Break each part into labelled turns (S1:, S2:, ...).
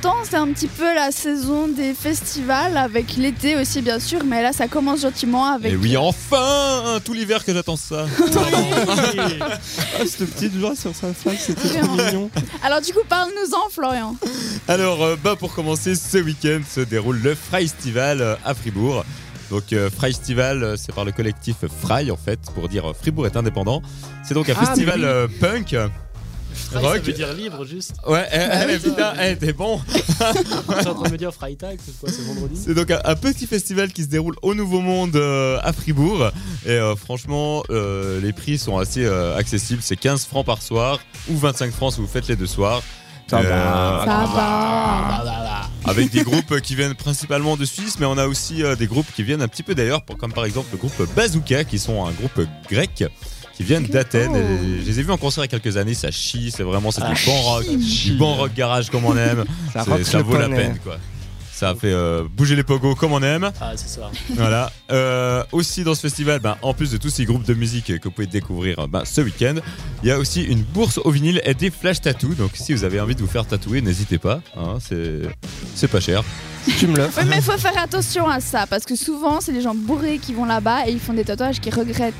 S1: printemps, c'est un petit peu la saison des festivals, avec l'été aussi bien sûr, mais là ça commence gentiment
S2: Et
S1: avec...
S2: oui, enfin hein, Tout l'hiver que j'attends ça.
S3: Ah, cette petite joie sur sa face, c'était trop
S1: Vraiment.
S3: mignon.
S1: Alors du coup, parle-nous-en Florian.
S2: Alors, euh, bah, pour commencer, ce week-end se déroule le Frystival euh, à Fribourg. Donc, euh, Frystival, euh, c'est par le collectif Fry, en fait, pour dire euh, Fribourg est indépendant. C'est donc un
S3: Ah, mais
S2: festival
S3: oui.
S2: euh, punk.
S4: Fry,
S2: Rock.
S4: ça veut dire libre, juste.
S2: Ouais, eh, eh,
S4: oui,
S2: putain,
S4: ça, oui.
S2: eh, t'es bon.
S4: Je suis en train de me dire Freitag, c'est quoi, c'est vendredi
S2: C'est donc un, un petit festival qui se déroule au Nouveau Monde euh, à Fribourg. Et euh, franchement, euh, les prix sont assez euh, accessibles. C'est 15 francs par soir ou 25 francs si vous faites les deux soirs.
S3: Ça va.
S2: Euh,
S1: Ça va.
S4: Ah là là.
S2: avec des groupes qui viennent principalement de Suisse, mais on a aussi euh, des groupes qui viennent un petit peu d'ailleurs, pour- comme par exemple le groupe Bazooka, qui sont un groupe grec qui viennent d'Athènes. Et Je les ai vus en concert il y a quelques années, ça chie, c'est vraiment c'est du bon rock, du bon rock garage comme on aime.
S3: Ah, Ça
S2: C'est-
S3: rock
S2: ça
S3: le
S2: vaut la
S3: poney.
S2: peine quoi. Ça a fait euh, bouger les pogos comme on aime.
S4: Ah, c'est ça.
S2: Voilà. Euh, aussi dans ce festival, ben, en plus de tous ces groupes de musique que vous pouvez découvrir ben, ce week-end, il y a aussi une bourse au vinyle et des flash tattoos. Donc si vous avez envie de vous faire tatouer, n'hésitez pas. hein, c'est c'est pas cher.
S3: Tu me l'offres.
S1: Oui, mais faut faire attention à ça, parce que souvent c'est les gens bourrés qui vont là-bas et ils font des tatouages qu'ils regrettent.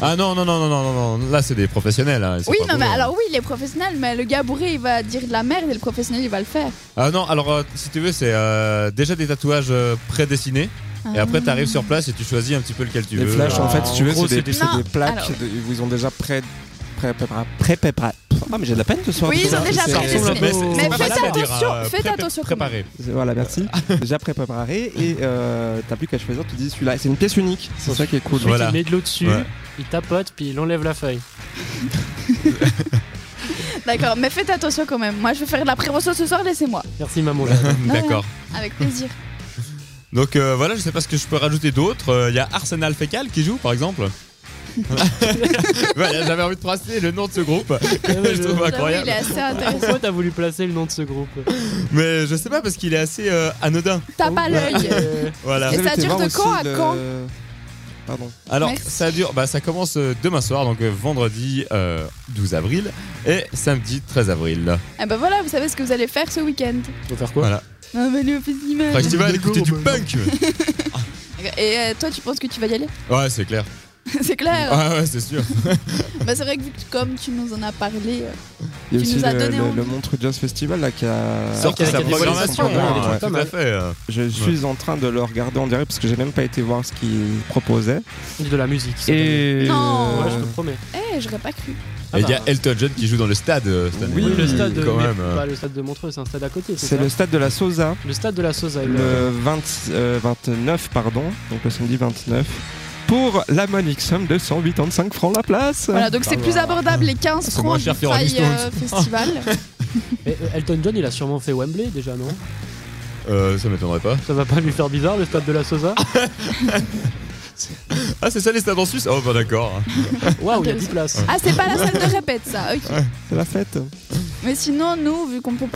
S2: Ah non, non, non, non, non, non, non. là c'est des professionnels. hein, ils sont
S1: Oui,
S2: pas
S1: non, mais
S2: bourrés.
S1: alors oui, il est professionnel, mais le gars bourré, il va dire de la merde et le professionnel, il va le faire.
S2: Ah non, alors euh, si tu veux, c'est euh, déjà des tatouages euh, prédessinés.
S1: Ah.
S2: Et après, tu arrives sur place et tu choisis un petit peu lequel tu
S3: Les
S2: veux.
S3: flashs, en fait, si tu veux,
S4: En gros,
S3: c'est des,
S1: c'est des-
S3: c'est des
S1: Non,
S3: plaques
S1: alors.
S3: de- où ils ont déjà pré pré pré pré pré Ah, mais j'ai de la peine ce soir.
S1: Oui, ils ont déjà
S3: C'est-
S1: prédessiné.
S3: c'est-
S1: Mais-
S3: c'est-
S1: mais
S2: pas
S1: faites
S2: facile à dire,
S1: attention,
S2: euh,
S1: faites
S2: prépar-
S1: attention quand même.
S2: Préparé.
S3: c'est- Voilà, merci. Déjà préparé et euh, t'as plus qu'à choisir. Tu dis celui-là. C'est une pièce unique. C'est ça qui est cool.
S4: Celui
S2: Voilà.
S4: qui met de l'eau dessus,
S2: Ouais.
S4: il tapote, puis il enlève la feuille.
S1: Hein. D'accord, mais faites attention quand même. Moi, je vais faire de la prévention ce soir, laissez-moi.
S4: Merci, maman.
S2: D'accord.
S1: Avec plaisir.
S2: Donc euh, voilà, je sais pas ce que je peux rajouter d'autre. Euh, Il y a Arsenal Fécal qui joue, par exemple. voilà, j'avais envie de tracer le nom de ce groupe.
S4: Ah
S2: je
S1: J'avoue,
S2: trouve
S1: il est
S2: incroyable.
S1: assez intéressant.
S4: Pourquoi t'as voulu placer le nom de ce groupe
S2: Mais je sais pas parce qu'il est assez euh, anodin.
S1: T'as pas l'œil.
S4: Euh,
S2: Voilà.
S1: Et ça dure de quand à quand
S3: euh, Pardon.
S2: Alors
S1: Merci.
S2: ça dure, bah, ça commence euh, demain soir, donc euh, vendredi euh, 12 avril et samedi 13 avril.
S1: Et ben voilà, vous savez ce que vous allez faire ce week-end.
S4: Faut faire quoi
S2: Voilà.
S1: Ah, mais le festival.
S2: Enfin, tu vas écouter du
S4: bah,
S2: punk.
S1: Et euh, toi, tu penses que tu vas y aller
S2: Ouais, c'est clair. Ah
S1: C'est clair.
S2: Ouais, ouais, c'est sûr.
S1: Bah, c'est vrai que vu que- comme tu nous en as parlé, euh,
S3: Il y a
S1: Tu
S3: aussi
S1: nous as
S3: le,
S1: donné
S3: le-
S1: envie.
S3: le Montreux Jazz Festival là qui a
S2: Sorti
S4: Ah, avec
S2: sa
S4: la dévoilisation,
S2: programmation.
S4: ouais,
S2: hein,
S4: ouais.
S2: Tout
S4: Pas
S2: à
S4: mal.
S2: fait. euh.
S3: Je suis en train de le regarder en direct parce que j'ai même pas été voir ce qu'il proposait.
S4: De la musique. cette année.
S3: Et euh,
S1: Non.
S4: Ouais, je te promets.
S1: eh, j'aurais pas cru.
S4: Ah
S2: Et il y
S4: bah.
S2: a Elton John qui joue dans le stade euh, cette année.
S3: Oui,
S4: Oui, le stade de,
S2: quand
S4: mais
S2: même. euh.
S4: pas le stade de Montreux, c'est un stade à côté. C'est
S3: c'est
S4: ça
S3: le stade de la Sosa
S4: le stade de la Sosa.
S3: le 20, euh, 29 pardon, donc le samedi 29 pour la monique somme de 185 francs la place.
S1: Voilà, donc c'est plus abordable les 15
S2: C'est
S1: francs
S2: moins
S1: du
S2: cher que Rolling
S1: Fry euh, Festival.
S4: Mais, euh, Elton John, il a sûrement fait Wembley déjà, non
S2: Euh, ça m'étonnerait pas.
S4: Ça va pas lui faire bizarre le stade de la Sosa
S2: Ah, c'est ça les stades en Suisse Oh, bah d'accord.
S4: Waouh, il y a 10 places.
S1: Ah, c'est pas la salle de répète, ça. ok.
S3: C'est la fête.
S1: Mais sinon, nous, vu qu'on peut